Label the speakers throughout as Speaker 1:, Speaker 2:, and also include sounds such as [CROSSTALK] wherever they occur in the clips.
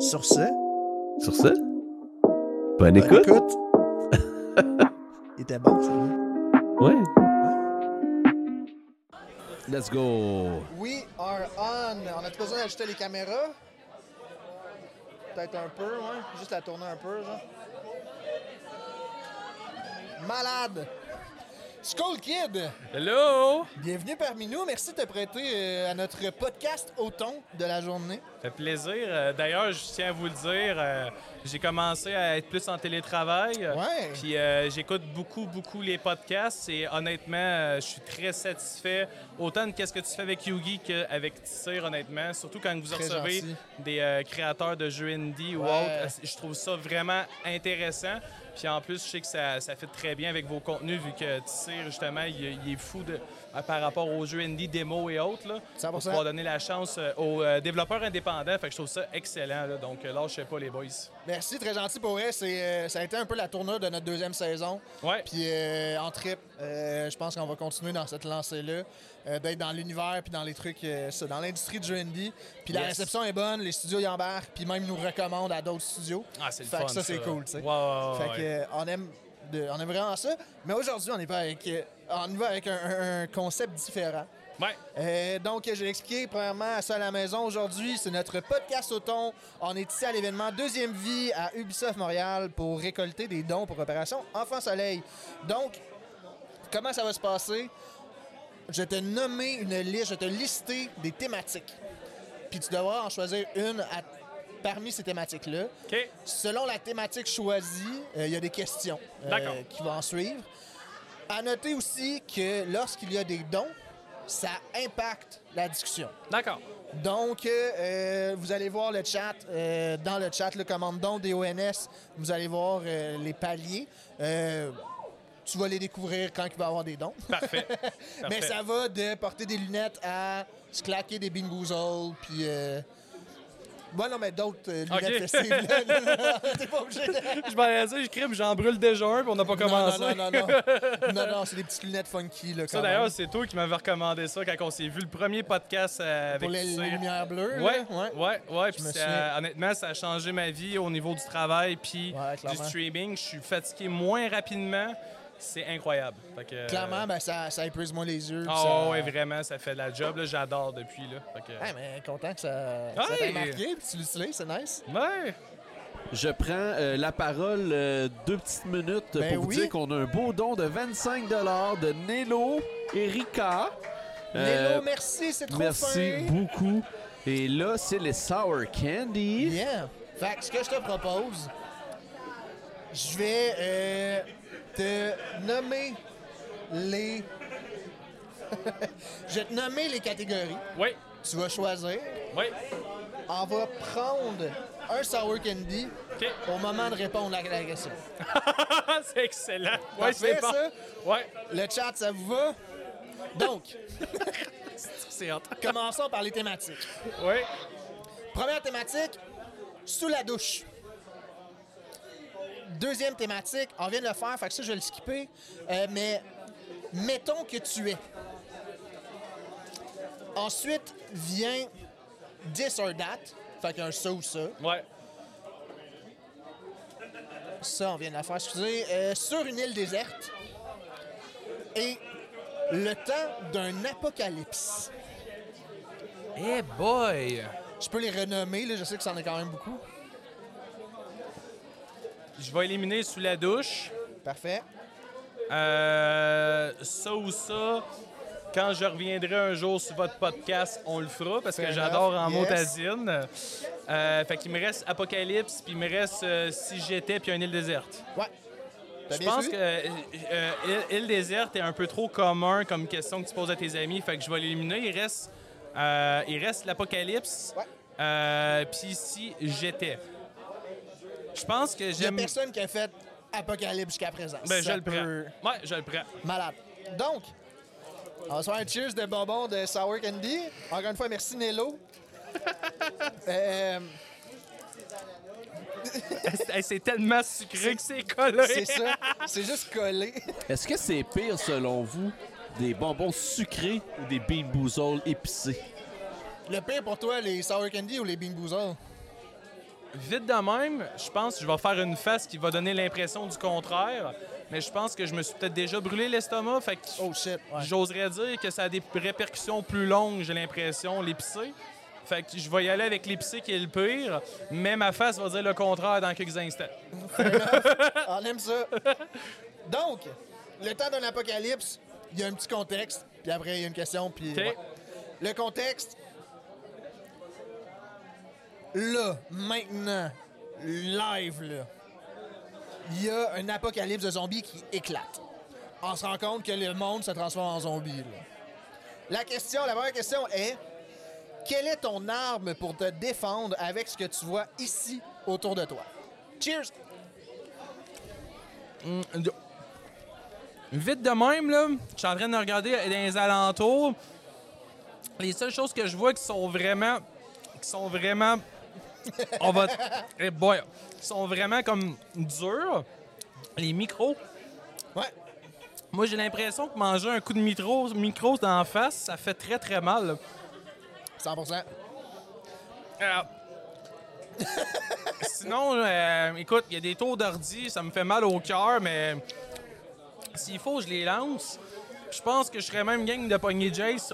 Speaker 1: Sur ce, ben
Speaker 2: Sur ce, bonne écoute.
Speaker 1: [LAUGHS] Il était bon, ça. hein.
Speaker 2: Ouais. Let's go.
Speaker 1: We are on. On a-tu besoin d'ajouter les caméras? Peut-être un peu, ouais. Juste la tourner un peu, genre. Malade! School Kid!
Speaker 3: Hello!
Speaker 1: Bienvenue parmi nous. Merci de te prêter euh, à notre podcast au ton de la journée.
Speaker 3: Ça fait plaisir. Euh, D'ailleurs, je tiens à vous le dire, euh, j'ai commencé à être plus en télétravail.
Speaker 1: Ouais.
Speaker 3: Puis euh, j'écoute beaucoup, beaucoup les podcasts et honnêtement, euh, je suis très satisfait. Autant de qu'est-ce que tu fais avec Yugi qu'avec Tissir, honnêtement. Surtout quand vous
Speaker 1: Très
Speaker 3: recevez
Speaker 1: gentil.
Speaker 3: des euh, créateurs de jeux indie ou
Speaker 1: Ouais.
Speaker 3: autres. Euh, Je trouve ça vraiment intéressant. Puis en plus, je sais que ça, ça fait très bien avec vos contenus vu que Tissir, justement, il, il est fou de, à- par rapport aux jeux indie, démos et autres. Là,
Speaker 1: 100%.
Speaker 3: pour pouvoir donner la chance euh, aux euh, développeurs indépendants. Fait que je trouve ça excellent. là. Donc, euh, lâchez pas les boys.
Speaker 1: Merci, très gentil pour vrai. C'est, euh, ça a été un peu la tournure de notre deuxième saison.
Speaker 3: Ouais.
Speaker 1: Puis euh, en trip, euh, je pense qu'on va continuer dans cette lancée-là, euh, d'être dans l'univers puis dans les trucs, euh, ça, dans l'industrie du jeu indie. Puis la
Speaker 3: Yes.
Speaker 1: réception est bonne, les studios y embarquent, puis même nous recommandent à d'autres studios.
Speaker 3: Ah, c'est le
Speaker 1: Fait
Speaker 3: fun.
Speaker 1: que ça, c'est
Speaker 3: là.
Speaker 1: cool, tu sais.
Speaker 3: Ouais, ouais,
Speaker 1: fait
Speaker 3: ouais,
Speaker 1: que
Speaker 3: ouais.
Speaker 1: euh, on aime, de- on aime vraiment ça. Mais aujourd'hui, on est pas avec, euh, on y va avec un- un- un concept différent.
Speaker 3: Ouais.
Speaker 1: Euh, donc, je l'ai expliqué, premièrement, à ça à la maison aujourd'hui, c'est notre podcast automne. On est ici à l'événement Deuxième Vie à Ubisoft Montréal pour récolter des dons pour Opération Enfant Soleil. Donc, comment ça va se passer? Je vais te nommer une liste, je vais te lister des thématiques. Puis tu devras en choisir une à- parmi ces thématiques-là.
Speaker 3: OK.
Speaker 1: Selon la thématique choisie, euh, il y a des questions euh,
Speaker 3: D'accord.
Speaker 1: qui vont en suivre. À noter aussi que lorsqu'il y a des dons, ça impacte la discussion.
Speaker 3: D'accord.
Speaker 1: Donc, euh, euh, vous allez voir le chat, euh, dans le chat, le commandant des ONS, vous allez voir euh, les paliers. Euh, tu vas les découvrir quand il va y avoir des dons.
Speaker 3: Parfait.
Speaker 1: [LAUGHS] Mais
Speaker 3: Parfait.
Speaker 1: ça va de porter des lunettes à se claquer des bingoozles, puis... euh, Bon, non, mais d'autres euh, lunettes
Speaker 3: Ok.
Speaker 1: festives. là, là, là, [LAUGHS] T'es pas obligé. de-
Speaker 3: [LAUGHS] je m'en allais dire, je crime, j'en brûle déjà un, puis on n'a pas
Speaker 1: non,
Speaker 3: commencé.
Speaker 1: non, non, non, non. non, non, c'est des petites lunettes funky, là, quand
Speaker 3: [LAUGHS] Ça,
Speaker 1: même.
Speaker 3: d'ailleurs, c'est toi qui m'avais recommandé ça quand on s'est vu le premier podcast euh, avec
Speaker 1: Pour les,
Speaker 3: Tissir.
Speaker 1: les lumières bleues, là,
Speaker 3: Ouais,
Speaker 1: ouais.
Speaker 3: ouais, ouais. Puis
Speaker 1: me
Speaker 3: ça-
Speaker 1: souviens.
Speaker 3: honnêtement, ça a changé ma vie au niveau du travail puis
Speaker 1: Ouais,
Speaker 3: du
Speaker 1: clairement.
Speaker 3: streaming. Je suis fatigué moins rapidement. C'est incroyable. Fait que, euh,
Speaker 1: Clairement, ben, ça, ça épuise moins les yeux. puis
Speaker 3: Ah
Speaker 1: ça...
Speaker 3: ouais, vraiment, ça fait de la job. là. J'adore depuis. Là. Fait que-
Speaker 1: Ah, mais content que ça ça t'ait
Speaker 3: Hey!
Speaker 1: marqué, puis tu l'utilises, c'est nice.
Speaker 3: Ouais.
Speaker 2: Je prends euh, la parole euh, deux petites minutes euh,
Speaker 1: Ben
Speaker 2: pour
Speaker 1: oui.
Speaker 2: vous dire qu'on a un beau don de 25 de Nello Erika. Euh,
Speaker 1: Lélo, merci, c'est trop
Speaker 2: merci
Speaker 1: fin.
Speaker 2: beaucoup. Et là, c'est les Sour Candy.
Speaker 1: Yeah. Fait que ce que je te propose, je vais euh, te nommer les... [LAUGHS] je vais te nommer les catégories.
Speaker 3: Oui,
Speaker 1: Tu vas choisir.
Speaker 3: oui.
Speaker 1: On va prendre un sour candy
Speaker 3: OK. [LAUGHS]
Speaker 1: au moment de répondre à la question.
Speaker 3: c'est excellent.
Speaker 1: Parfait,
Speaker 3: Ouais, c'est bon.
Speaker 1: ça.
Speaker 3: Ouais,
Speaker 1: Le chat, ça vous va? Donc,
Speaker 3: c'est hot.
Speaker 1: commençons par les thématiques.
Speaker 3: Ouais.
Speaker 1: Première thématique, sous la douche. Deuxième thématique, on vient de le faire, fait que ça, je vais le skipper. Euh, mais mettons que tu es. Ensuite vient this or that, fait qu'un ça ou ça.
Speaker 3: Ouais.
Speaker 1: Ça, on vient de la faire, excusez. Euh, sur une île déserte. Et le temps d'un apocalypse. Eh,
Speaker 3: Hey boy!
Speaker 1: Je peux les renommer, là, je sais que ça en est quand même beaucoup.
Speaker 3: Je vais éliminer sous la douche.
Speaker 1: Parfait.
Speaker 3: Euh, ça ou ça, quand je reviendrai un jour sur votre podcast, on le fera parce que
Speaker 1: Fair
Speaker 3: j'adore
Speaker 1: enough,
Speaker 3: en
Speaker 1: yes.
Speaker 3: motazine. Euh, fait qu'il me reste Apocalypse, puis il me reste euh, Si j'étais, puis une île déserte.
Speaker 1: Ouais. T'as
Speaker 3: Je
Speaker 1: bien
Speaker 3: pense
Speaker 1: suivi?
Speaker 3: que euh, euh, île, île déserte est un peu trop commun comme question que tu poses à tes amis. Fait que je vais l'éliminer. Il reste, euh, il reste l'Apocalypse.
Speaker 1: Ouais.
Speaker 3: Euh, puis si j'étais. Je pense que
Speaker 1: Il n'y a
Speaker 3: j'aime.
Speaker 1: personne qui a fait Apocalypse jusqu'à présent.
Speaker 3: Ben, je
Speaker 1: Ça
Speaker 3: le prends.
Speaker 1: peut-
Speaker 3: Ouais, je le prends. [LAUGHS]
Speaker 1: Malade. Donc, on va se faire un cheers de bonbons de Sour Candy. Encore une fois, merci
Speaker 3: [LAUGHS]
Speaker 1: Nello. Euh,
Speaker 3: Hey, c'est tellement sucré que c'est collé. [LAUGHS]
Speaker 1: c'est ça. C'est juste collé.
Speaker 2: Est-ce que c'est pire, selon vous, des bonbons sucrés ou des Bean Boozled épicés?
Speaker 1: Le pire pour toi, les Sour Candy ou les Bing Boozle?
Speaker 3: Vite de même, je pense que je vais faire une face qui va donner l'impression du contraire, mais je pense que je me suis peut-être déjà brûlé l'estomac. Fait que
Speaker 1: Oh shit. ouais.
Speaker 3: J'oserais dire que ça a des répercussions plus longues, j'ai l'impression, l'épicé. Fait que je vais y aller avec l'épicé qui est le pire, mais ma face va dire le contraire dans quelques instants.
Speaker 1: On aime ça. Donc, le temps d'un apocalypse, il y a un petit contexte, puis après, il y a une question, puis.
Speaker 3: OK?
Speaker 1: ouais. Le contexte. Là, maintenant, live, là, il y a un apocalypse de zombies qui éclate. On se rend compte que le monde se transforme en zombie. là. La question, la première question est quelle est ton arme pour te défendre avec ce que tu vois ici autour de toi? Cheers!
Speaker 3: Mm, yo. Vite de même, là, je suis en train de regarder dans les alentours. Les seules choses que je vois qui sont vraiment. qui sont vraiment. On va. [LAUGHS] Eh boy, qui sont vraiment comme dures, les micros.
Speaker 1: Ouais,
Speaker 3: Moi, j'ai l'impression que manger un coup de micro, micro dans la face, ça fait très très mal.
Speaker 1: 100
Speaker 3: Euh, [LAUGHS] Sinon, euh, écoute, il y a des tours d'ordi, ça me fait mal au cœur, mais s'il faut, je les lance. Je pense que je serais même gang de pogner
Speaker 1: [LAUGHS]
Speaker 3: Jace.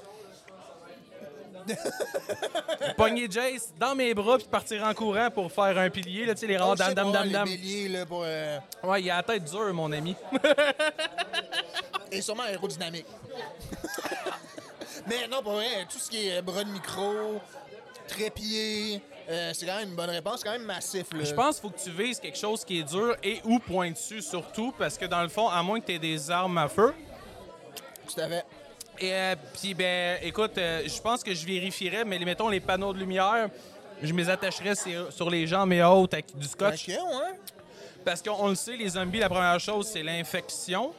Speaker 3: pogner Jace dans mes bras puis partir en courant pour faire un pilier, là, tu sais, les rangs
Speaker 1: Oh,
Speaker 3: dam
Speaker 1: shit,
Speaker 3: dam
Speaker 1: ouais,
Speaker 3: dam
Speaker 1: les
Speaker 3: dam.
Speaker 1: béliers, là, pour, euh,
Speaker 3: Ouais, il a la tête dure, mon ami.
Speaker 1: et sûrement aérodynamique. [LAUGHS] Mais non, pour vrai, tout ce qui est euh, bras de micro, trépied, euh, c'est quand même une bonne réponse, quand même massif. Là.
Speaker 3: Je pense qu'il faut que tu vises quelque chose qui est dur et ou pointu surtout, parce que dans le fond, à moins que tu aies des armes à feu,
Speaker 1: Tout à fait.
Speaker 3: Et euh, puis, ben, écoute, euh, je pense que je vérifierais, mais mettons les panneaux de lumière, je les attacherais sur- sur les jambes et hautes avec du scotch.
Speaker 1: Ok, ouais.
Speaker 3: Parce qu'on on le sait, les zombies, la première chose, c'est l'infection.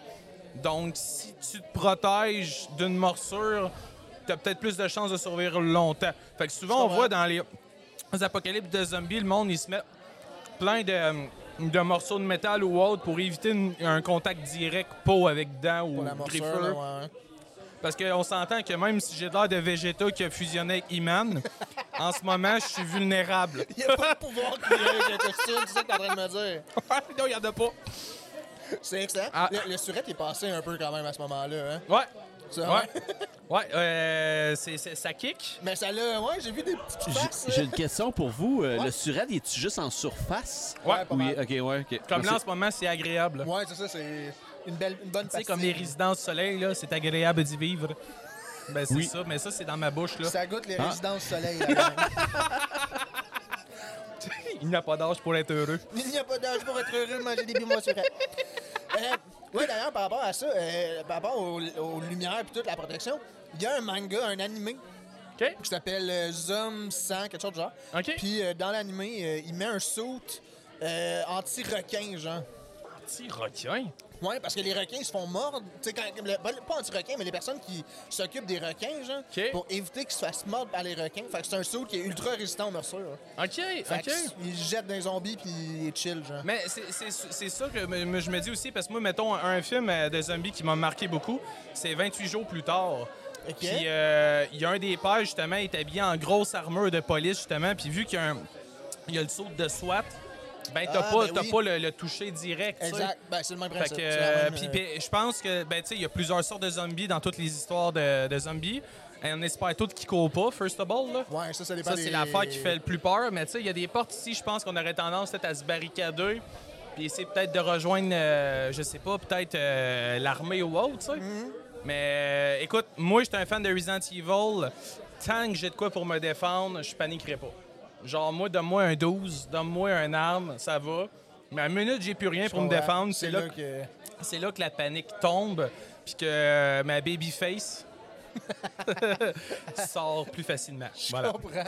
Speaker 3: Donc, si tu te protèges d'une morsure, tu as peut-être plus de chances de survivre longtemps. Fait que souvent, on
Speaker 1: comprends.
Speaker 3: voit dans les, les apocalypses de zombies, le monde, il se met plein de, euh, de morceaux de métal ou autre pour éviter une- un contact direct peau avec dents ou
Speaker 1: Pour la morsure,
Speaker 3: griffeur.
Speaker 1: là, ouais, hein. ouais.
Speaker 3: Parce qu'on s'entend que même si j'ai l'air de Vegeta qui a fusionné avec Iman, en ce moment, je suis [LAUGHS] vulnérable.
Speaker 1: Il n'y a pas de pouvoir qui règle le costume, c'est ça que t'es en train de me dire.
Speaker 3: non, il n'y en a pas.
Speaker 1: C'est excellent.
Speaker 3: Ah.
Speaker 1: Le, le surette est passé un peu quand même à ce moment-là. Hein?
Speaker 3: Ouais.
Speaker 1: Ça,
Speaker 3: Ah Ouais. Ouais. euh, c'est- c'est- ça kick.
Speaker 1: Mais ça l'a. Ouais, j'ai vu des petites faces.
Speaker 2: J'ai-
Speaker 1: là.
Speaker 2: J'ai une question pour vous. Euh,
Speaker 1: Ouais.
Speaker 2: Le surel, est-tu juste en surface?
Speaker 3: Ouais.
Speaker 1: pas
Speaker 2: Oui,
Speaker 1: mal.
Speaker 2: ok, ouais. ok.
Speaker 3: Comme là, en
Speaker 2: Merci.
Speaker 3: ce moment, c'est agréable.
Speaker 1: Ouais, c'est ça, c'est une, belle, une bonne
Speaker 3: Tu sais,
Speaker 1: pastille.
Speaker 3: comme les résidences soleil, là, c'est agréable d'y vivre. Ben, c'est
Speaker 2: Oui.
Speaker 3: ça. Mais ça, c'est dans ma bouche, là.
Speaker 1: Ça goûte les
Speaker 2: Ah.
Speaker 1: résidences soleil.
Speaker 2: [LAUGHS]
Speaker 1: là.
Speaker 3: Il n'y a pas d'âge pour être heureux.
Speaker 1: Il n'y a pas d'âge pour être heureux de manger des bimos sur Oui, Euh, d'ailleurs, par rapport à ça, euh, par rapport aux, aux lumières et toute la protection, il y a un manga, un animé
Speaker 3: OK?
Speaker 1: qui s'appelle euh, Zom 100, quelque chose de genre.
Speaker 3: OK.
Speaker 1: Puis euh, dans l'animé, euh, il met un saut anti-requin, genre.
Speaker 3: Petit requin.
Speaker 1: Oui, parce que les requins se font mordre. Tu sais, quand- le- pas- pas anti-requins, mais les personnes qui s'occupent des requins, genre,
Speaker 3: OK.
Speaker 1: pour éviter qu'ils se fassent mordre par les requins. Fait que c'est un saut qui est ultra résistant aux morsures.
Speaker 3: OK.
Speaker 1: Fait
Speaker 3: OK.
Speaker 1: qu'ils jettent des zombies puis ils est chill, genre.
Speaker 3: Mais c'est- c'est c'est ça que me- me- je me dis aussi, parce que moi, mettons, un film euh, de zombies qui m'a marqué beaucoup, c'est 28 jours plus tard.
Speaker 1: OK.
Speaker 3: Puis euh, il y a un des pères, justement, il est habillé en grosse armure de police, justement, puis vu qu'il y, a un- il y a le saut de SWAT, ben t'as
Speaker 1: Ah,
Speaker 3: pas,
Speaker 1: ben
Speaker 3: t'as
Speaker 1: oui.
Speaker 3: pas le, le toucher direct, tu sais.
Speaker 1: Exact. Ben, c'est le même
Speaker 3: Fait
Speaker 1: principe.
Speaker 3: que,
Speaker 1: C'est la
Speaker 3: euh,
Speaker 1: même,
Speaker 3: puis,
Speaker 1: euh,
Speaker 3: ben, je pense que, ben, tu sais, il y a plusieurs sortes de zombies dans toutes les histoires de, de zombies. Et on espère toutes qu'ils courent pas, first of all, là.
Speaker 1: Ouais, ça, ça dépend
Speaker 3: Ça, c'est
Speaker 1: des-
Speaker 3: l'affaire qui fait le plus peur, mais tu sais, il y a des portes ici, je pense qu'on aurait tendance peut-être à se barricader, puis essayer peut-être de rejoindre, euh, je sais pas, peut-être euh, l'armée ou autre, tu sais. Mais euh, écoute, moi, j'étais un fan de Resident Evil. Tant que j'ai de quoi pour me défendre, je paniquerai pas. Genre, moi, donne-moi un 12, donne-moi un arme, ça va. Mais à la minute, j'ai plus rien pour me
Speaker 1: Ouais,
Speaker 3: défendre, c'est là, que-
Speaker 1: [LAUGHS] que.
Speaker 3: c'est là que la panique tombe, puis que euh, ma baby [LAUGHS] face sort plus facilement. Voilà.
Speaker 1: Comprends.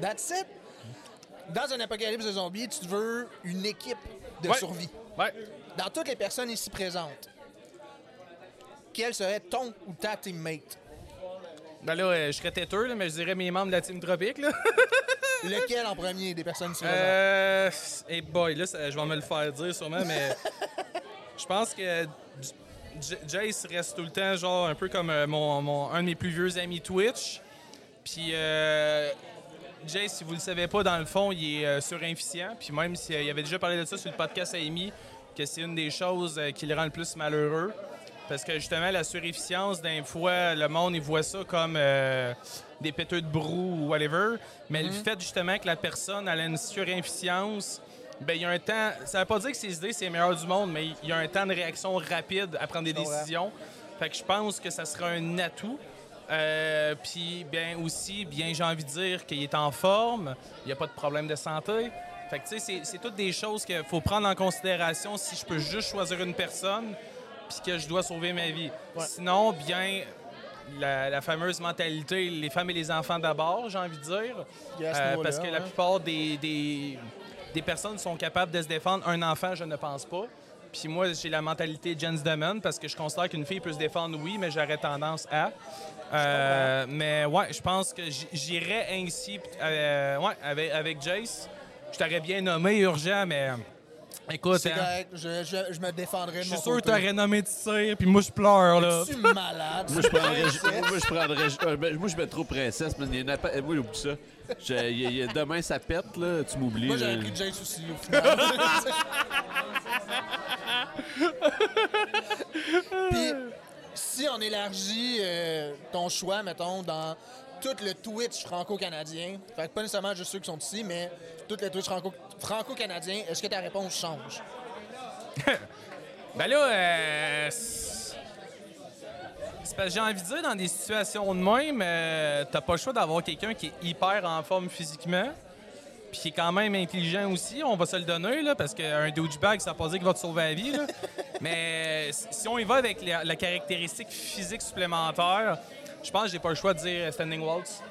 Speaker 1: That's it. Dans un apocalypse de zombies, tu te veux une équipe de
Speaker 3: Ouais.
Speaker 1: survie.
Speaker 3: Ouais.
Speaker 1: Dans toutes les personnes ici présentes, quel serait ton ou ta teammate?
Speaker 3: Ben là, euh, je serais têteux, là, mais je dirais mes membres de la Team Tropique. Là.
Speaker 1: Lequel en premier des personnes ici présentes?
Speaker 3: Euh, hey boy, là, ça- je vais me le faire dire sûrement, mais je pense que J- J- Jace reste tout le temps, genre, un peu comme euh, mon, mon- un de mes plus vieux amis Twitch. Puis, euh, Jay, si vous le savez pas, dans le fond, il est euh, surinficiant. Puis même s'il il avait déjà parlé de ça sur le podcast à Amy, que c'est une des choses euh, qui le rend le plus malheureux. Parce que justement, la surefficience, d'un fois, le monde, il voit ça comme euh, des péteux de brou ou whatever. Mais le fait justement que la personne elle a une surinficience, ben, il y a un temps. Ça veut pas dire que ses idées, c'est les meilleures du monde, mais il y a un temps de réaction rapide à prendre des
Speaker 1: comprends.
Speaker 3: décisions. Fait que je pense que ça sera un atout. Euh, Puis, bien aussi, bien, j'ai envie de dire qu'il est en forme, il n'y a pas de problème de santé. Fait que, tu sais, c'est- c'est toutes des choses qu'il faut prendre en considération si je peux juste choisir une personne puis que je dois sauver ma vie. Sinon, bien, la, la fameuse mentalité, les femmes et les enfants d'abord, j'ai envie de dire. Euh,
Speaker 1: Il y a ce niveau-là,
Speaker 3: parce que la
Speaker 1: ouais.
Speaker 3: plupart des, des, des personnes sont capables de se défendre. Un enfant, je ne pense pas. Puis moi, j'ai la mentalité Jens Damon parce que je considère qu'une fille peut se défendre, oui, mais j'aurais tendance à. Euh, mais ouais, je pense que j- j'irais ainsi euh, ouais, avec, avec Jace. Je t'aurais bien nommé urgent, mais écoute,
Speaker 1: C'est
Speaker 3: hein,
Speaker 1: correct, je, je- je me défendrai de
Speaker 3: je
Speaker 1: mon
Speaker 3: suis sûr que
Speaker 1: côté.
Speaker 3: t'aurais nommé de tir, puis moi je pleure là.
Speaker 1: Tu malade.
Speaker 2: Moi, je
Speaker 3: [LAUGHS]
Speaker 2: prendrais. ju- moi, je prendrais. ju- euh, ben, Moi, je mets trop princesse, mais il y en a pas. Moi, j'oublie ça. Je- il y a- il y a- demain, ça pète, là. Tu m'oublies.
Speaker 1: Moi,
Speaker 2: là.
Speaker 3: euh,
Speaker 1: j'aurais pris Jace aussi, au
Speaker 3: [LAUGHS]
Speaker 1: final. Puis, si on élargit euh, ton choix, mettons, dans tout le Twitch franco-canadien, fait que pas nécessairement juste ceux qui sont ici, mais tout le Twitch franco- franco-canadien, est-ce que ta réponse change? [LAUGHS]
Speaker 3: Ben là, euh, c'est c'est parce que j'ai envie de dire, dans des situations de même, euh, t'as pas le choix d'avoir quelqu'un qui est hyper en forme physiquement, puis qui est quand même intelligent aussi, on va se le donner, là, parce qu'un douchebag, ça veut pas dire qu'il va te sauver la [LAUGHS] vie. là. Mais euh, si si on y va avec la, la caractéristique physique supplémentaire, je pense que j'ai pas le choix de dire Standing Waltz.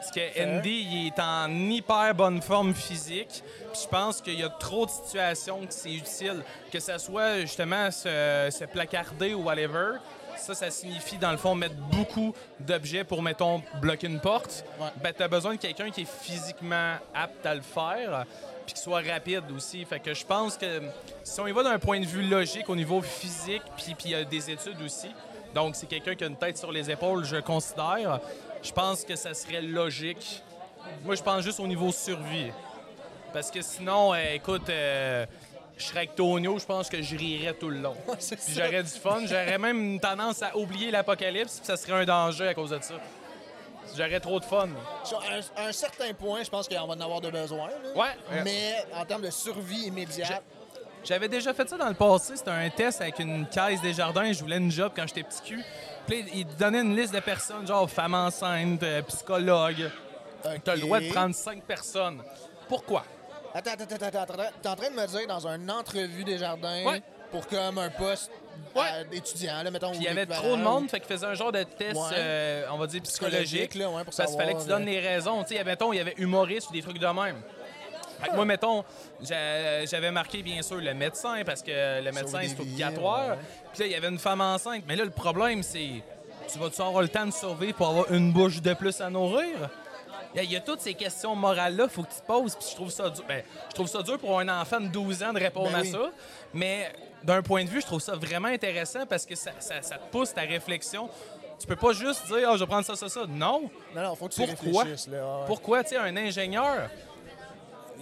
Speaker 3: Parce que Andy, il est en hyper bonne forme physique. Puis je pense qu'il y a trop de situations que c'est utile. Que ça soit justement se, se placarder ou whatever. Ça, ça signifie, dans le fond, mettre beaucoup d'objets pour, mettons, bloquer une porte.
Speaker 1: Ouais.
Speaker 3: Ben, t'as besoin de quelqu'un qui est physiquement apte à le faire, puis qui soit rapide aussi. Fait que je pense que si on y va d'un point de vue logique au niveau physique, puis puis il y a des études aussi, donc c'est quelqu'un qui a une tête sur les épaules, je considère, je pense que ça serait logique. Moi, je pense juste au niveau survie. Parce que sinon, euh, écoute, euh, je serais avec Tonio, je pense que je rirais tout le long.
Speaker 1: Ouais, c'est
Speaker 3: Puis
Speaker 1: ça.
Speaker 3: j'aurais du fun, j'aurais même une tendance à oublier l'apocalypse, puis ça serait un danger à cause de ça. J'aurais trop de fun.
Speaker 1: Sur un, un certain point, je pense qu'on va en avoir de besoin. là.
Speaker 3: Ouais.
Speaker 1: Mais en termes de survie immédiate,
Speaker 3: J'avais déjà fait ça dans le passé. C'était un test avec une caisse des jardins. Je voulais une job quand j'étais petit cul. Puis là, il te donnait une liste de personnes, genre femme enceinte, euh, psychologue.
Speaker 1: Ok.
Speaker 3: T'as le droit de prendre cinq personnes. Pourquoi?
Speaker 1: Attends, attends, attends, attends, attends. T'es en train de me dire dans une entrevue des jardins
Speaker 3: Ouais.
Speaker 1: pour comme un poste
Speaker 3: Ouais.
Speaker 1: euh, d'étudiant, là, mettons.
Speaker 3: Puis il y avait trop de monde, fait qu'il faisait un genre de test,
Speaker 1: Ouais.
Speaker 3: euh, on va dire psychologique.
Speaker 1: Psychologique, là, ouais, pour
Speaker 3: parce qu'il fallait que tu
Speaker 1: savoir,
Speaker 3: donnes
Speaker 1: euh,
Speaker 3: les raisons. Tu sais, il y avait, mettons, il y avait humoriste ou des trucs de même. Fait que moi, mettons, j'a- j'avais marqué, bien sûr, le médecin, parce que le médecin,
Speaker 1: des
Speaker 3: c'est
Speaker 1: vies,
Speaker 3: obligatoire.
Speaker 1: ouais.
Speaker 3: Puis là, il y avait une femme enceinte. Mais là, le problème, c'est tu vas-tu avoir le temps de survivre pour avoir une bouche de plus à nourrir? Il y a- Il y a toutes ces questions morales-là, faut que tu te poses. Puis je trouve ça dur. ben, je trouve ça dur pour un enfant de 12 ans de répondre
Speaker 1: Ben
Speaker 3: à
Speaker 1: oui.
Speaker 3: ça. Mais d'un point de vue, je trouve ça vraiment intéressant parce que ça, ça- ça te pousse ta réflexion. Tu peux pas juste dire, Ah, je vais prendre ça, ça, ça. Non.
Speaker 1: Non, non, faut que tu
Speaker 3: Pourquoi?
Speaker 1: réfléchisses. Là, ouais.
Speaker 3: Pourquoi, tu sais, un ingénieur?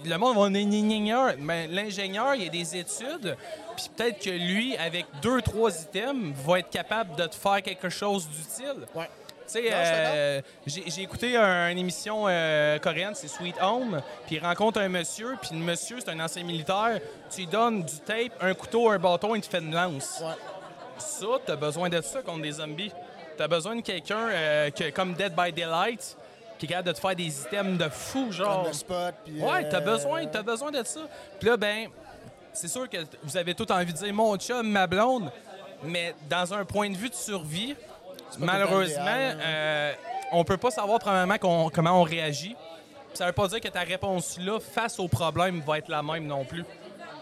Speaker 3: Le monde va un ingénieur, mais l'ingénieur, il y a des études, puis peut-être que lui, avec deux, trois items, va être capable de te faire quelque chose d'utile.
Speaker 1: Ouais.
Speaker 3: Tu sais,
Speaker 1: Non, je suis d'accord.
Speaker 3: euh, j'ai j'ai écouté un- une émission euh, coréenne, c'est Sweet Home, puis il rencontre un monsieur, puis le monsieur, c'est un ancien militaire, tu lui donnes du tape, un couteau, un bâton, il te fait une lance.
Speaker 1: Ouais.
Speaker 3: Ça, t'as besoin de ça contre des zombies. T'as besoin de quelqu'un euh, que- comme Dead by Daylight qui est capable de te faire des items de fou, genre.
Speaker 1: Prendre le spot, puis,
Speaker 3: Oh. Ouais, t'as
Speaker 1: euh,
Speaker 3: besoin, t'as besoin de ça. Puis là, ben, c'est sûr que t- vous avez tout envie de dire mon chum, ma blonde, mais dans un point de vue de survie, malheureusement,
Speaker 1: tout le temps idéal, hein.
Speaker 3: euh, on peut pas savoir premièrement qu'on- comment on réagit. Puis ça veut pas dire que ta réponse là face au problème va être la même non plus.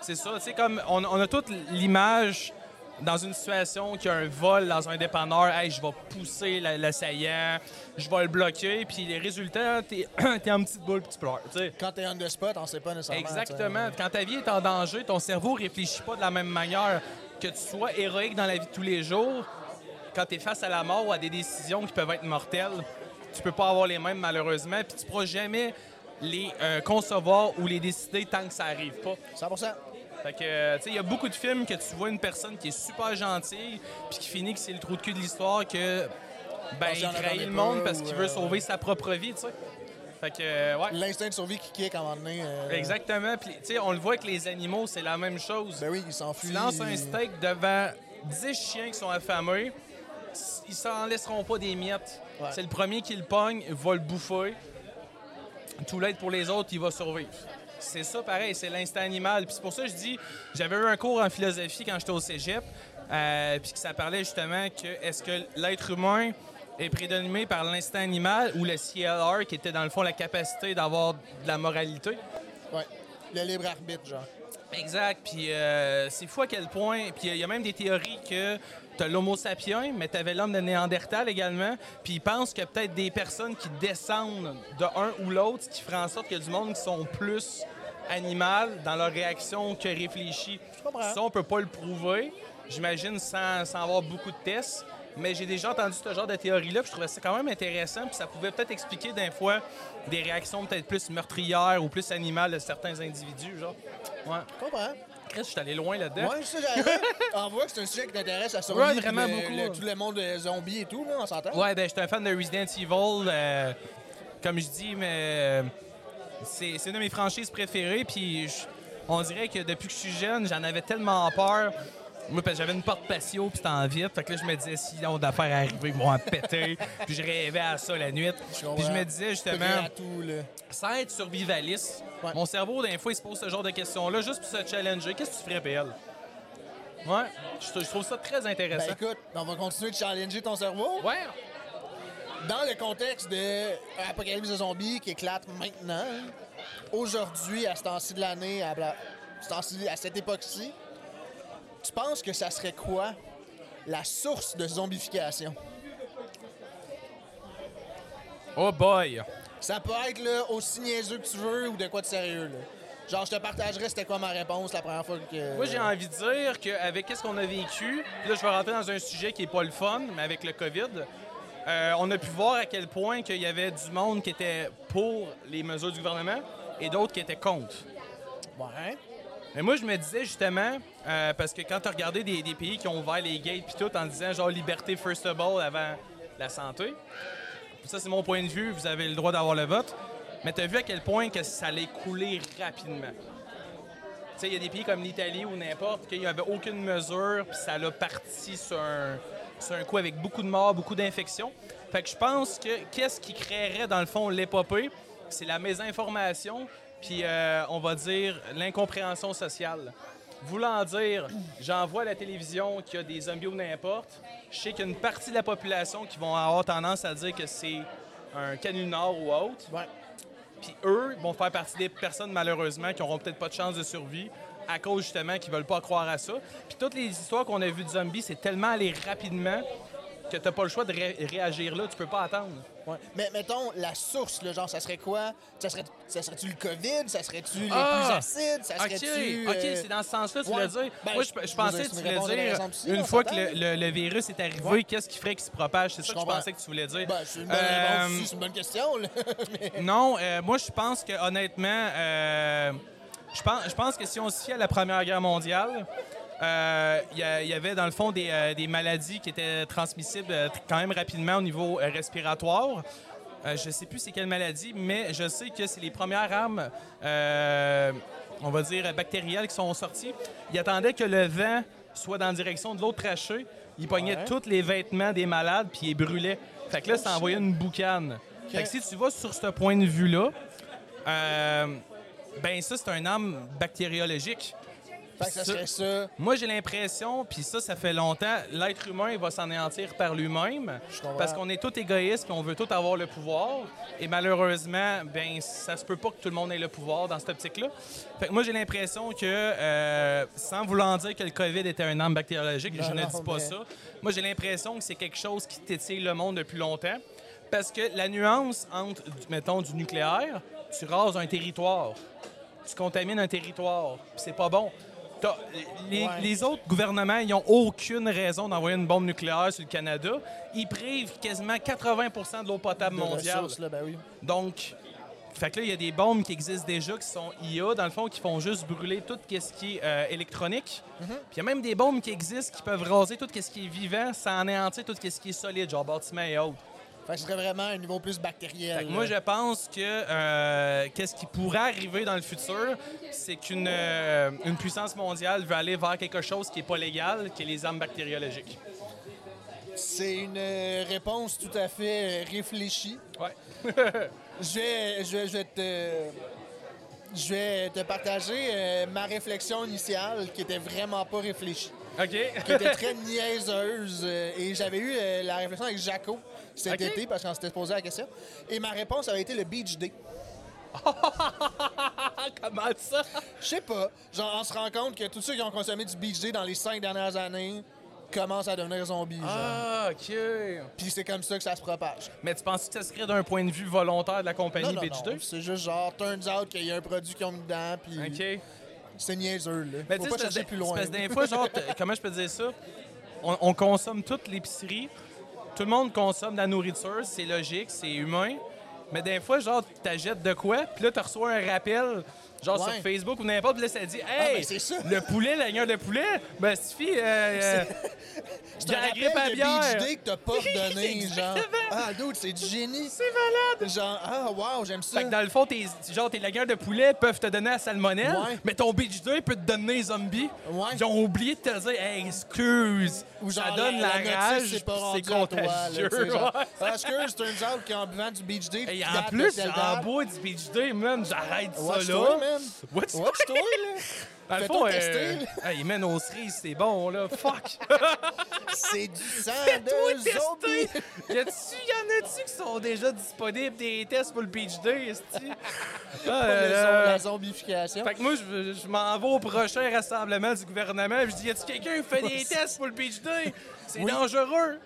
Speaker 3: C'est ça, tu sais, comme on, on a toute l'image dans une situation qu'il y a un vol dans un dépanneur, hey, je vais pousser la- l'assaillant, je vais le bloquer, puis les résultats, t'es [CLEARS THROAT] t'es en petite boule, puis tu pleures, tu sais.
Speaker 1: Quand t'es on the spot, on sait pas nécessairement.
Speaker 3: Exactement.
Speaker 1: euh,
Speaker 3: Quand ta vie est en danger, ton cerveau réfléchit pas de la même manière. Que tu sois héroïque dans la vie de tous les jours, quand tu es face à la mort ou à des décisions qui peuvent être mortelles, tu peux pas avoir les mêmes, malheureusement. Puis tu pourras jamais les euh, concevoir ou les décider tant que ça arrive pas.
Speaker 1: 100
Speaker 3: Fait que, euh, tu sais, il y a beaucoup de films que tu vois une personne qui est super gentille, puis qui finit que c'est le trou de cul de l'histoire, que, ben,
Speaker 1: Parce qu'il
Speaker 3: il
Speaker 1: en attendait
Speaker 3: trahit le
Speaker 1: pas,
Speaker 3: monde parce qu'il
Speaker 1: ou, euh,
Speaker 3: veut sauver sa propre vie, tu sais. Fait que, euh, ouais.
Speaker 1: L'instinct de survie qui kick à un moment donné. euh,
Speaker 3: Exactement. Puis, tu sais, on le voit avec les animaux, c'est la même chose.
Speaker 1: Ben oui, il
Speaker 3: tu
Speaker 1: s'enfuit.
Speaker 3: lances un steak devant 10 chiens qui sont affamés, s- ils s'en laisseront pas des miettes.
Speaker 1: Ouais.
Speaker 3: C'est le premier qui le pogne, va le bouffer. Tout l'aide pour les autres, il va survivre. C'est ça, pareil, c'est l'instinct animal. Puis c'est pour ça que je dis, j'avais eu un cours en philosophie quand j'étais au cégep, euh, puis que ça parlait justement que est-ce que l'être humain est prédominé par l'instinct animal ou le CLR, qui était dans le fond la capacité d'avoir de la moralité.
Speaker 1: Ouais. Le libre arbitre, genre.
Speaker 3: Exact. Puis euh, c'est fou à quel point. Puis euh, il y a même des théories que t'as l'Homo sapiens, mais t'avais l'homme de Néandertal également. Puis ils pensent que peut-être des personnes qui descendent de un ou l'autre, ce qui ferait en sorte qu'il y a du monde qui sont plus animal dans leur réaction que réfléchi.
Speaker 1: comprends.
Speaker 3: Ça, on peut pas le prouver, j'imagine, sans, sans avoir beaucoup de tests. Mais j'ai déjà entendu ce genre de théorie-là, puis je trouvais ça quand même intéressant, puis ça pouvait peut-être expliquer d'un fois des réactions peut-être plus meurtrières ou plus animales de certains individus, genre. Ouais.
Speaker 1: Je comprends.
Speaker 3: Chris, je suis allé loin là-dedans.
Speaker 1: Ouais, ça, j'arrive.
Speaker 3: [LAUGHS]
Speaker 1: On voit que c'est un sujet qui t'intéresse à survie.
Speaker 3: Ouais, vraiment
Speaker 1: puis le-
Speaker 3: beaucoup.
Speaker 1: le- tout le monde des zombies et tout, là, on s'entend?
Speaker 3: Ouais, ben, j'étais un fan de Resident Evil. euh, comme je dis, mais euh, c'est c'est une de mes franchises préférées. Puis je- on dirait que depuis que je suis jeune, j'en avais tellement peur. Moi, parce que j'avais une porte patio, puis c'était en vitre. Fait que là, je me disais, si on d'affaires arrivées, ils vont
Speaker 1: [LAUGHS]
Speaker 3: en péter. puis je rêvais à ça la nuit.
Speaker 1: comprends.
Speaker 3: Puis je me disais, justement,
Speaker 1: Prêt à tout, là.
Speaker 3: sans être survivaliste,
Speaker 1: Ouais.
Speaker 3: mon cerveau, des fois, il se pose ce genre de questions-là juste pour se challenger. Qu'est-ce que tu ferais, PL? Ouais, je, je trouve ça très intéressant.
Speaker 1: Ben écoute, on va continuer de challenger ton cerveau.
Speaker 3: ouais,
Speaker 1: Dans le contexte de apocalypse de zombies qui éclate maintenant, aujourd'hui, à ce temps-ci de l'année, à, la- ce temps-ci- à cette époque-ci, tu penses que ça serait quoi la source de zombification?
Speaker 3: Oh boy!
Speaker 1: Ça peut être là, aussi niaiseux que tu veux ou de quoi de sérieux. Là. Genre, je te partagerai c'était quoi ma réponse la première fois que.
Speaker 3: Moi, j'ai envie de dire qu'avec ce qu'on a vécu, puis là, je vais rentrer dans un sujet qui est pas le fun, mais avec le COVID, euh, on a pu voir à quel point qu'il y avait du monde qui était pour les mesures du gouvernement et d'autres qui étaient contre.
Speaker 1: Ouais. hein?
Speaker 3: Mais moi, je me disais justement, euh, parce que quand tu as regardé des, des pays qui ont ouvert les gates puis tout en disant genre liberté first of all avant la santé, ça c'est mon point de vue, vous avez le droit d'avoir le vote, mais tu as vu à quel point que ça allait couler rapidement. Tu sais, il y a des pays comme l'Italie ou n'importe, qu'il n'y avait aucune mesure, puis ça l'a parti sur un, sur un coup avec beaucoup de morts, beaucoup d'infections. Fait que je pense que qu'est-ce qui créerait, dans le fond, l'épopée, c'est la mésinformation, puis euh, on va dire l'incompréhension sociale. Voulant dire, j'en vois à la télévision qu'il y a des zombies ou n'importe, je sais qu'il y a une partie de la population qui vont avoir tendance à dire que c'est un canular ou autre.
Speaker 1: Ouais.
Speaker 3: Puis eux vont faire partie des personnes, malheureusement, qui n'auront peut-être pas de chance de survie à cause, justement, qu'ils veulent pas croire à ça. Puis toutes les histoires qu'on a vues de zombies, c'est tellement aller rapidement que t'as pas le choix de ré- réagir là. Tu peux pas attendre.
Speaker 1: Ouais. Mais mettons, la source, là, genre, ça serait quoi? Ça serait- ça serait-tu le COVID? Ça serait-tu les
Speaker 3: Ah!
Speaker 1: plus acides? Ça
Speaker 3: OK,
Speaker 1: serait-tu...
Speaker 3: OK,
Speaker 1: euh,
Speaker 3: c'est dans ce sens-là que tu
Speaker 1: ouais.
Speaker 3: voulais dire.
Speaker 1: Ben,
Speaker 3: Moi,
Speaker 1: je-
Speaker 3: je, je
Speaker 1: je veux
Speaker 3: pensais
Speaker 1: dire,
Speaker 3: que
Speaker 1: c'est
Speaker 3: tu
Speaker 1: une
Speaker 3: voulais
Speaker 1: réponse
Speaker 3: dire,
Speaker 1: intéressante aussi, on
Speaker 3: une fois que le,
Speaker 1: s'entend,
Speaker 3: le- le virus est arrivé,
Speaker 1: Ouais.
Speaker 3: qu'est-ce qui ferait qu'il se propage? C'est ça que je
Speaker 1: comprends.
Speaker 3: pensais que tu voulais dire.
Speaker 1: Ben, c'est une bonne
Speaker 3: Euh,
Speaker 1: réponse aussi, c'est une bonne question,
Speaker 3: [LAUGHS]
Speaker 1: là. Mais-
Speaker 3: Non, euh, moi, je pense que honnêtement, euh, je, pense, je pense que si on se fie à la Première Guerre mondiale, euh, il y a- il y, avait dans le fond des, euh, des maladies qui étaient transmissibles euh, tr- quand même rapidement au niveau euh, respiratoire. Euh, je sais plus c'est quelle maladie, mais je sais que c'est les premières armes, euh, on va dire, bactériales qui sont sorties. Ils attendaient que le vent soit dans la direction de l'autre trachée. Ils pognaient
Speaker 1: Ouais.
Speaker 3: tous les vêtements des malades puis ils brûlaient. Fait que là, ça envoyait une boucane. Fait que si tu vas sur ce point de vue-là, euh, ben ça, c'est un arme bactériologique.
Speaker 1: Fait que ça serait ça.
Speaker 3: Moi, j'ai l'impression, puis ça, ça fait longtemps, l'être humain, il va s'anéantir par lui-même.
Speaker 1: comprends.
Speaker 3: Parce qu'on est tous égoïstes, puis on veut tous avoir le pouvoir. Et malheureusement, ben ça se peut pas que tout le monde ait le pouvoir dans cette optique-là. Fait que moi, j'ai l'impression que, euh, sans vouloir dire que le COVID était un arme bactériologique,
Speaker 1: Non,
Speaker 3: je ne
Speaker 1: non,
Speaker 3: dis pas
Speaker 1: mais-
Speaker 3: ça. Moi, j'ai l'impression que c'est quelque chose qui tétille le monde depuis longtemps. Parce que la nuance entre, du- mettons, du nucléaire, tu rases un territoire tu contamines un territoire. puis C'est pas bon. T'as- Les,
Speaker 1: Ouais.
Speaker 3: les autres gouvernements, ils n'ont aucune raison d'envoyer une bombe nucléaire sur le Canada. Ils privent quasiment 80 de l'eau potable
Speaker 1: De
Speaker 3: mondiale.
Speaker 1: ressources, là, ben oui.
Speaker 3: Donc, fait que là, il y a des bombes qui existent déjà, qui sont IA, dans le fond, qui font juste brûler tout ce qui est euh, électronique.
Speaker 1: Mm-hmm.
Speaker 3: Puis il y a même des bombes qui existent qui peuvent raser tout ce qui est vivant, ça anéantit tout ce qui est solide, genre bâtiment et autres.
Speaker 1: Fait que ce serait vraiment un niveau plus bactériel.
Speaker 3: Fait que moi, je pense que euh, qu'est-ce qui pourrait arriver dans le futur, c'est qu'une euh, une puissance mondiale veut aller vers quelque chose qui n'est pas légal, qui est les armes bactériologiques.
Speaker 1: C'est une euh, réponse tout à fait euh, réfléchie.
Speaker 3: Ouais. [LAUGHS]
Speaker 1: Je vais, je vais, je vais te. Je vais te partager euh, ma réflexion initiale qui était vraiment pas réfléchie, qui
Speaker 3: OK.
Speaker 1: était très niaiseuse. euh, et j'avais eu euh, la réflexion avec Jaco cet
Speaker 3: Ok.
Speaker 1: été parce qu'on s'était posé la question. Et ma réponse avait été le Beach Day.
Speaker 3: Comment ça?
Speaker 1: Je sais pas. Genre, on se rend compte que tous ceux qui ont consommé du Beach Day dans les cinq dernières années commencent à devenir zombies. genre.
Speaker 3: Ah, OK.
Speaker 1: Puis c'est comme ça que ça se propage.
Speaker 3: Mais tu penses que ça serait d'un point de vue volontaire de la compagnie
Speaker 1: Non, non,
Speaker 3: Ben, Beach
Speaker 1: non,
Speaker 3: 2?
Speaker 1: C'est juste genre, turns out qu'il y a un produit qu'ils ont mis dedans, puis
Speaker 3: OK.
Speaker 1: c'est niaiseux, là.
Speaker 3: Mais
Speaker 1: Faut
Speaker 3: tu
Speaker 1: pas
Speaker 3: sais,
Speaker 1: chercher
Speaker 3: c'est
Speaker 1: plus loin.
Speaker 3: parce que des fois, genre, t- comment je peux dire ça? On, on consomme toute l'épicerie. Tout le monde consomme de la nourriture. C'est logique, c'est humain. Mais des fois, genre, t'achètes de quoi, puis là, tu reçois un rappel, genre
Speaker 1: Ouais.
Speaker 3: sur Facebook ou n'importe, puis là, ça dit Hey,
Speaker 1: ben, c'est ça.
Speaker 3: le poulet, l'agneau de poulet, ben, suffit.
Speaker 1: [LAUGHS]
Speaker 3: Euh,
Speaker 1: C'est un
Speaker 3: la
Speaker 1: rappel
Speaker 3: grippe à
Speaker 1: de
Speaker 3: bière.
Speaker 1: Beach Day que t'as pas
Speaker 3: [LAUGHS]
Speaker 1: redonné, genre.
Speaker 3: Exactement.
Speaker 1: Ah, dude, c'est du génie.
Speaker 3: c'est malade!
Speaker 1: Genre, ah, wow, j'aime ça.
Speaker 3: Fait que dans le fond, tes, genre, tes lagueurs de poulet peuvent te donner la salmonelle,
Speaker 1: Ouais.
Speaker 3: mais ton Beach Day peut te donner les zombies.
Speaker 1: Ouais.
Speaker 3: Ils ont oublié de te dire, hey, excuse.
Speaker 1: Ou genre,
Speaker 3: ça donne la,
Speaker 1: notice,
Speaker 3: rage,
Speaker 1: c'est pas
Speaker 3: puis
Speaker 1: rendu
Speaker 3: c'est
Speaker 1: à toi, là,
Speaker 3: contagieux.
Speaker 1: tu sais, genre, [LAUGHS]
Speaker 3: ouais.
Speaker 1: Ah, excuse, turns out qu'en buvant du Beach Day,
Speaker 3: Et
Speaker 1: tu
Speaker 3: en
Speaker 1: dates
Speaker 3: plus,
Speaker 1: de telle
Speaker 3: en
Speaker 1: date.
Speaker 3: bois du Beach Day, man, j'arrête
Speaker 1: Watch
Speaker 3: ça là.
Speaker 1: toi, man.
Speaker 3: What's
Speaker 1: Watch toi, là.
Speaker 3: [LAUGHS] Dans le
Speaker 1: Fais-toi
Speaker 3: fond,
Speaker 1: tester,
Speaker 3: euh, [LAUGHS] hey, man, aux cerises, c'est
Speaker 1: [LAUGHS]
Speaker 3: bon, là. Fuck!
Speaker 1: C'est du sang
Speaker 3: Fais-toi
Speaker 1: de
Speaker 3: tester!
Speaker 1: zombie.
Speaker 3: Y a-tu- y en a-tu qui sont déjà disponibles des tests pour le Beach Day, esti? Ah,
Speaker 1: Le zo-
Speaker 3: euh,
Speaker 1: La zombification.
Speaker 3: Fait que moi, je, je m'en vais au prochain rassemblement du gouvernement. puis Je dis, y a-tu quelqu'un qui fait des tests pour le Beach Day? C'est dangereux.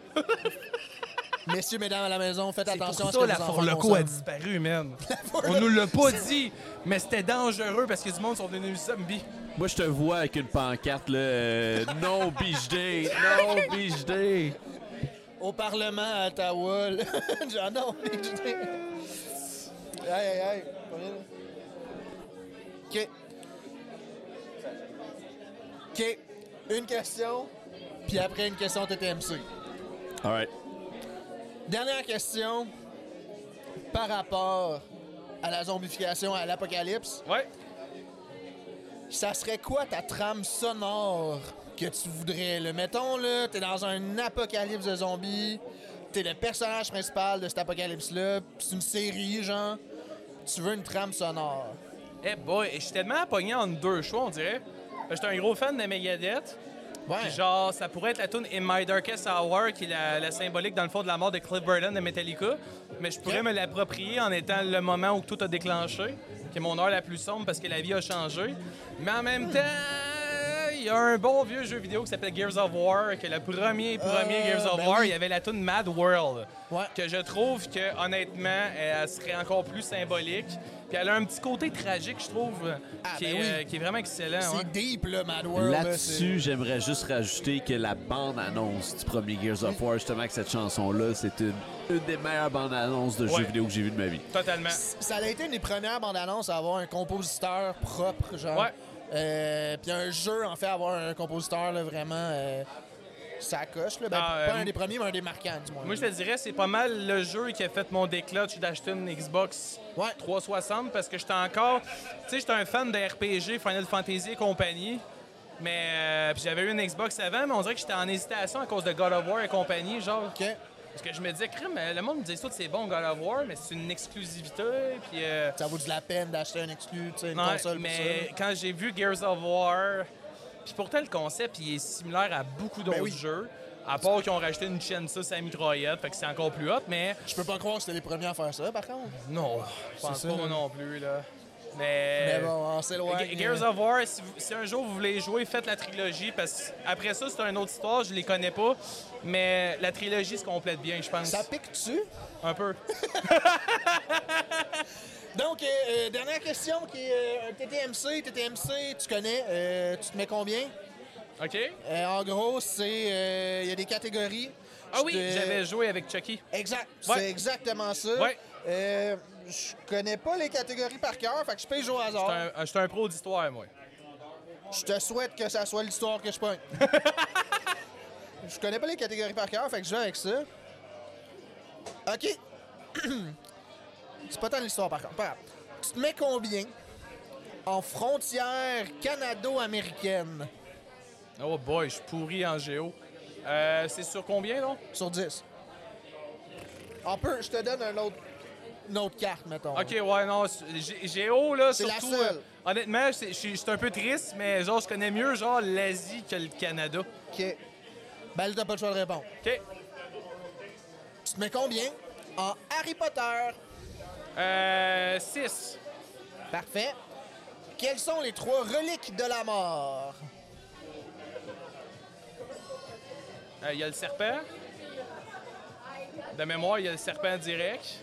Speaker 1: Messieurs, mesdames à la maison, faites
Speaker 3: C'est pour
Speaker 1: attention à ce
Speaker 3: ça
Speaker 1: que
Speaker 3: la
Speaker 1: vos enfants
Speaker 3: Forloco a
Speaker 1: consomment. [LAUGHS]
Speaker 3: disparu, man. On nous l'a pas dit, mais c'était dangereux parce que du monde sont devenus zombies.
Speaker 2: Moi, je te vois avec une pancarte, là. euh, non, beach day! Non, beach day!
Speaker 1: au Parlement à Ottawa. là. [LAUGHS] Genre, non, Beach Day. Aïe, aïe, aïe. Pas rien, là. OK. OK. Une question, puis après une question TTMC.
Speaker 2: Alright.
Speaker 1: Dernière question par rapport à la zombification, à l'apocalypse.
Speaker 3: Ouais.
Speaker 1: Ça serait quoi ta trame sonore que tu voudrais? Là? Mettons, là, t'es dans un apocalypse de zombies, t'es le personnage principal de cet apocalypse-là, pis c'est une série, genre. Tu veux une trame sonore.
Speaker 3: Eh boy, je suis tellement pogné entre deux choix, on dirait. J'étais un gros fan de Megadeth.
Speaker 1: Ouais.
Speaker 3: Genre, ça pourrait être la tune In My Darkest Hour, qui est la, la symbolique dans le fond de la mort de Cliff Burton de Metallica. Mais je pourrais
Speaker 1: Ok.
Speaker 3: me l'approprier en étant le moment où tout a déclenché, qui est mon heure la plus sombre parce que la vie a changé. Mais en même temps, il y a un bon vieux jeu vidéo qui s'appelle Gears of War, que le premier, premier
Speaker 1: Euh,
Speaker 3: Gears of
Speaker 1: ben
Speaker 3: War,
Speaker 1: oui.
Speaker 3: il y avait la tune Mad World.
Speaker 1: Ouais.
Speaker 3: Que je trouve que, honnêtement, elle serait encore plus symbolique. Puis elle a un petit côté tragique, je trouve,
Speaker 1: Ah,
Speaker 3: qui,
Speaker 1: ben
Speaker 3: est,
Speaker 1: oui.
Speaker 3: euh, qui est vraiment excellent. hein.
Speaker 1: C'est
Speaker 3: ouais.
Speaker 1: deep, là, Mad World. là,
Speaker 2: Là-dessus, j'aimerais juste rajouter que la bande-annonce du premier Gears of War, justement, que cette chanson-là, c'est une, une des meilleures bandes-annonces de
Speaker 3: Ouais.
Speaker 2: jeux vidéo que j'ai vu de ma vie.
Speaker 3: Totalement.
Speaker 1: c'est- Ça a été une des premières bandes annonces à avoir un compositeur propre, genre.
Speaker 3: Ouais.
Speaker 1: Euh, puis un jeu, en fait, avoir un compositeur, là, vraiment. euh, ça coche, là. Ben,
Speaker 3: Ah,
Speaker 1: pas
Speaker 3: euh,
Speaker 1: un des premiers, mais un des marquants, du moins.
Speaker 3: Moi, je te dirais, c'est pas mal le jeu qui a fait mon déclenche d'acheter une Xbox
Speaker 1: Ouais.
Speaker 3: 360 parce que j'étais encore. Tu sais, j'étais un fan de RPG, Final Fantasy et compagnie. Mais euh, puis j'avais eu une Xbox avant, mais on dirait que j'étais en hésitation à cause de God of War et compagnie. Genre,
Speaker 1: Ok.
Speaker 3: parce que je me disais, crème, le monde me disait ça, c'est bon God of War, mais c'est une exclusivité. Puis. euh,
Speaker 1: Ça vaut de la peine d'acheter un exclu, tu sais, une
Speaker 3: Ouais,
Speaker 1: console pour ça, là.
Speaker 3: mais quand j'ai vu Gears of War, puis pourtant le concept il est similaire à beaucoup d'autres
Speaker 1: Ben oui.
Speaker 3: jeux, à part qu'ils ont rajouté une chaîne ça à mitraillette, fait que c'est encore plus hot, mais
Speaker 1: Je peux pas croire que c'était les premiers à faire ça, par contre.
Speaker 3: non, je pense
Speaker 1: ça,
Speaker 3: pas
Speaker 1: là.
Speaker 3: non plus là. Mais,
Speaker 1: Mais bon, on s'éloigne.
Speaker 3: Ge- Euh, Gears of War, si, vous- si un jour vous voulez jouer, faites la trilogie parce que après ça c'est une autre histoire, je les connais pas, mais la trilogie se complète bien, je pense.
Speaker 1: Ça pique-tu?
Speaker 3: Un peu.
Speaker 1: Donc, euh, euh, dernière question qui est euh, TTMC. TTMC, tu connais, euh, tu te mets combien?
Speaker 3: OK?
Speaker 1: Euh, en gros, c'est. euh, Il y a des catégories.
Speaker 3: Ah
Speaker 1: Je
Speaker 3: oui,
Speaker 1: te-
Speaker 3: j'avais joué avec Chucky.
Speaker 1: Exact.
Speaker 3: Ouais.
Speaker 1: C'est exactement ça.
Speaker 3: Ouais.
Speaker 1: Euh, je connais pas les catégories par cœur, fait que je peux jouer au hasard.
Speaker 3: J'étais un, euh, j'étais un pro d'histoire, moi.
Speaker 1: Je te souhaite que ça soit l'histoire que je pogne. je connais pas les catégories par cœur, fait que je vais avec ça. OK. C'est pas tant l'histoire par contre. Pas grave. Tu te mets combien en frontière canado-américaine
Speaker 3: Oh boy, je suis pourri en géo. Euh, c'est sur combien, non?
Speaker 1: sur 10? On peut, je te donne un autre, une autre carte, mettons.
Speaker 3: OK, ouais, non, c'est- G- géo, là,
Speaker 1: C'est la
Speaker 3: surtout...
Speaker 1: seule.
Speaker 3: euh, honnêtement, c'est- je suis je suis un peu triste, mais genre, je connais mieux, genre, l'Asie que le Canada.
Speaker 1: OK. Ben là, t'as pas le choix de répondre.
Speaker 3: OK.
Speaker 1: Tu te mets combien en Harry Potter?
Speaker 3: Euh, 6.
Speaker 1: Parfait. Quelles sont les trois reliques de la mort?
Speaker 3: Il Euh, y a le serpent. De mémoire, il y a le serpent direct.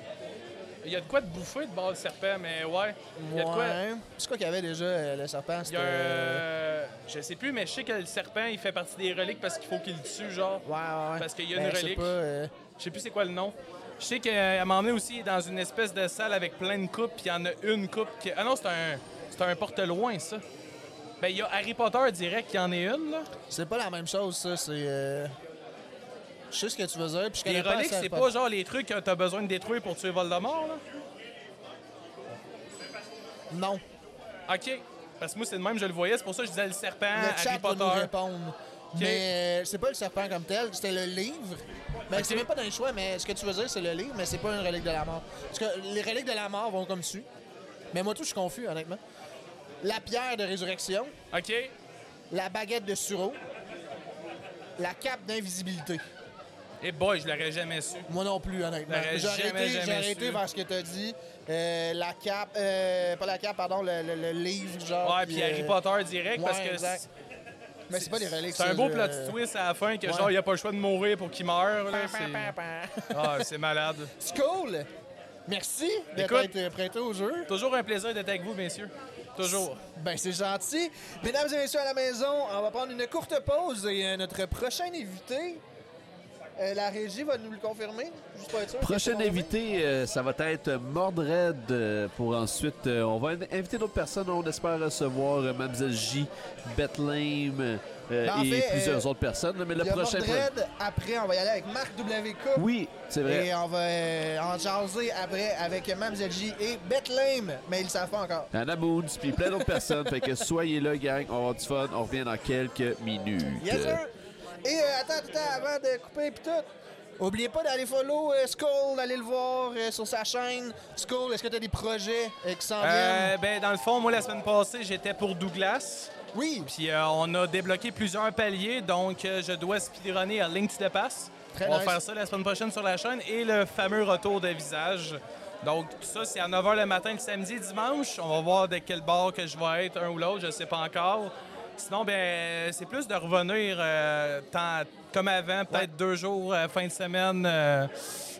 Speaker 3: Il y a de quoi de bouffer de bord le serpent, mais ouais. Il y a de quoi...
Speaker 1: Ouais. C'est quoi qu'il y avait déjà, euh, le serpent?
Speaker 3: Il y a un- Je sais plus, mais je sais que le serpent, il fait partie des reliques parce qu'il faut qu'il le tue, genre.
Speaker 1: Ouais, ouais, ouais.
Speaker 3: Parce qu'il y a
Speaker 1: Ben,
Speaker 3: une
Speaker 1: je sais
Speaker 3: relique.
Speaker 1: pas, euh,
Speaker 3: Je sais plus c'est quoi le nom. Je sais qu'elle m'a emmené aussi dans une espèce de salle avec plein de coupes, puis il y en a une coupe qui. Ah non, c'est un, c'est un porte-loin, ça. Ben, il y a Harry Potter direct, il y en a une, là.
Speaker 1: C'est pas la même chose, ça. C'est. euh, Je sais ce que tu veux dire. Puis je connais
Speaker 3: Les
Speaker 1: pas
Speaker 3: reliques,
Speaker 1: assez
Speaker 3: c'est
Speaker 1: Harry
Speaker 3: pas genre les trucs que t'as besoin de détruire pour tuer Voldemort, là.
Speaker 1: Potter. Non.
Speaker 3: Ok. Parce que moi, c'est le même, je le voyais, c'est pour ça que je disais le serpent,
Speaker 1: le chat
Speaker 3: Ah, Harry
Speaker 1: va nous
Speaker 3: Potter.
Speaker 1: répondre. Mais euh, c'est pas le serpent comme tel, c'était le livre. Mais c'est même pas dans les choix, mais ce que tu veux dire, c'est le livre, mais c'est pas une relique de la mort. Parce que les reliques de la mort vont comme dessus. Mais moi, tout, je suis confus, honnêtement. La pierre de résurrection,
Speaker 3: Ok.
Speaker 1: la baguette de sureau, la cape d'invisibilité.
Speaker 3: Et Eh boy, je l'aurais jamais su.
Speaker 1: Moi non plus, honnêtement.
Speaker 3: J'aurais
Speaker 1: J'ai
Speaker 3: jamais,
Speaker 1: arrêté,
Speaker 3: jamais
Speaker 1: j'ai arrêté
Speaker 3: su.
Speaker 1: vers ce que t'as dit. Euh, la cape, euh, pas la cape, pardon, le, le- le livre, genre.
Speaker 3: Ouais, puis Harry
Speaker 1: euh,
Speaker 3: Potter direct,
Speaker 1: ouais,
Speaker 3: parce que.
Speaker 1: exact.
Speaker 3: c'est-
Speaker 1: Mais c'est pas des reliques.
Speaker 3: C'est un
Speaker 1: ça,
Speaker 3: beau
Speaker 1: je- [LAUGHS]
Speaker 3: plot twist à la fin que
Speaker 1: Ouais.
Speaker 3: genre il a pas le choix de mourir pour qu'il meure. là,
Speaker 1: Pan, pan,
Speaker 3: c'est-
Speaker 1: pan, pan.
Speaker 3: Ah, c'est malade.
Speaker 1: C'est cool. Merci
Speaker 3: Écoute.
Speaker 1: d'être euh, prêté au jeu.
Speaker 3: Toujours un plaisir d'être avec vous, messieurs. Toujours.
Speaker 1: Ben, c'est gentil. Mesdames et messieurs à la maison, on va prendre une courte pause et euh, notre prochain invité, euh, la régie va nous le confirmer. Juste pour être sûr.
Speaker 2: Prochain
Speaker 1: Qu'est-ce qu'on fait?
Speaker 2: invité, euh, ça va être Mordred euh, pour ensuite. euh, on va in- inviter d'autres personnes. On espère recevoir euh, Mademoiselle J, Bethlehem euh,
Speaker 1: Ben, en
Speaker 2: et
Speaker 1: fait,
Speaker 2: plusieurs
Speaker 1: euh,
Speaker 2: autres personnes. Mais le
Speaker 1: Il y a
Speaker 2: prochain.
Speaker 1: Mordred. Après, on va y aller avec Marc WK.
Speaker 2: Oui, c'est vrai.
Speaker 1: Et on va euh, en jaser après avec Mamzelle J et Bethlehem, mais ils le savent pas encore.
Speaker 2: Anna Moons, puis plein d'autres personnes. Fait que soyez là, gang. On va avoir du fun. On revient dans quelques minutes.
Speaker 1: Yes, sir! Et euh, attends, attends, avant de couper et tout, oubliez pas d'aller follow euh, Skull, d'aller le voir euh, sur sa chaîne. Skull, est-ce que tu as des projets euh, qui s'en
Speaker 3: Euh,
Speaker 1: viennent?
Speaker 3: ben, dans le fond, moi, la semaine passée, j'étais pour Douglas.
Speaker 1: Oui,
Speaker 3: Puis euh, on a débloqué plusieurs paliers, donc euh, je dois speedrunner à Link to the Pass.
Speaker 1: Très
Speaker 3: on va
Speaker 1: nice.
Speaker 3: faire ça la semaine prochaine sur la chaîne et le fameux retour de visage. Donc tout ça, c'est à 9h le matin, le samedi et dimanche. On va voir de quel bord que je vais être, un ou l'autre, je ne sais pas encore. Sinon, ben, c'est plus de revenir euh, tant- comme avant, peut-être deux jours, euh, fin de semaine, euh,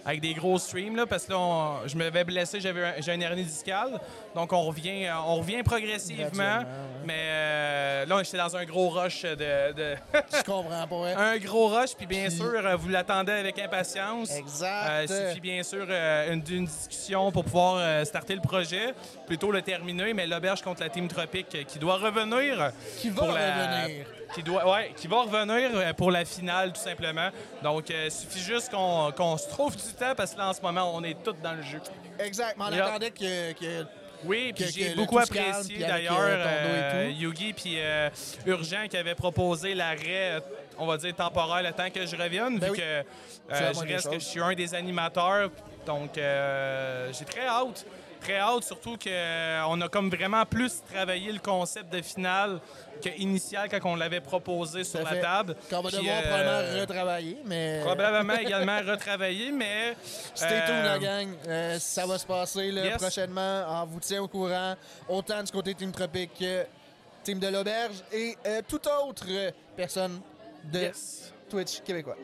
Speaker 3: avec des gros streams, là, parce que là, on- je m'avais blessé, j'avais un- j'ai une hernie discale. Donc, on revient, euh, on revient progressivement.
Speaker 1: Graduellement, ouais.
Speaker 3: Mais euh, là, j'étais dans un gros rush de. de- [LAUGHS]
Speaker 1: je comprends pas. hein.
Speaker 3: un gros rush, puis bien sûr, euh, vous l'attendez avec impatience.
Speaker 1: Exact.
Speaker 3: Euh, suffit bien sûr euh, une, d'une discussion pour pouvoir euh, starter le projet, plutôt le terminer, mais l'auberge contre la Team Tropique euh, qui doit revenir.
Speaker 1: Qui va
Speaker 3: pour la-
Speaker 1: revenir.
Speaker 3: Qui, doit, ouais, qui va revenir euh, pour la finale, tout simplement. Donc, il suffit juste qu'on qu'on se trouve du temps, parce que là, en ce moment, on est tous dans le jeu.
Speaker 1: Exact, mais on
Speaker 3: Yep.
Speaker 1: attendait que, que-
Speaker 3: Oui, puis
Speaker 1: Que- que
Speaker 3: j'ai
Speaker 1: le
Speaker 3: beaucoup
Speaker 1: tout se calme,
Speaker 3: apprécié
Speaker 1: puis avec,
Speaker 3: d'ailleurs
Speaker 1: euh, ton dos et
Speaker 3: euh,
Speaker 1: tout.
Speaker 3: Yugi puis euh, Urgent qui avait proposé l'arrêt, euh, on va dire temporaire, le temps que je revienne,
Speaker 1: Ben
Speaker 3: vu
Speaker 1: oui.
Speaker 3: que euh,
Speaker 1: C'est la
Speaker 3: je
Speaker 1: moindre
Speaker 3: reste
Speaker 1: des
Speaker 3: que je suis un des animateurs. Donc euh, j'ai très hâte, très hâte, surtout qu'on a comme vraiment plus travaillé le concept de finale que initial quand on l'avait proposé sur
Speaker 1: ça
Speaker 3: la
Speaker 1: fait-
Speaker 3: table.
Speaker 1: qu'on va
Speaker 3: Puis,
Speaker 1: devoir
Speaker 3: euh,
Speaker 1: probablement retravailler, mais
Speaker 3: probablement également retravailler, mais
Speaker 1: [LAUGHS] Stay
Speaker 3: euh,
Speaker 1: tuned, la gang. Euh, ça va se passer là,
Speaker 3: yes.
Speaker 1: prochainement. On vous tient au courant, autant du côté Team Tropique que Team de l'Auberge et euh, toute autre euh, personne de
Speaker 3: yes.
Speaker 1: Twitch québécois.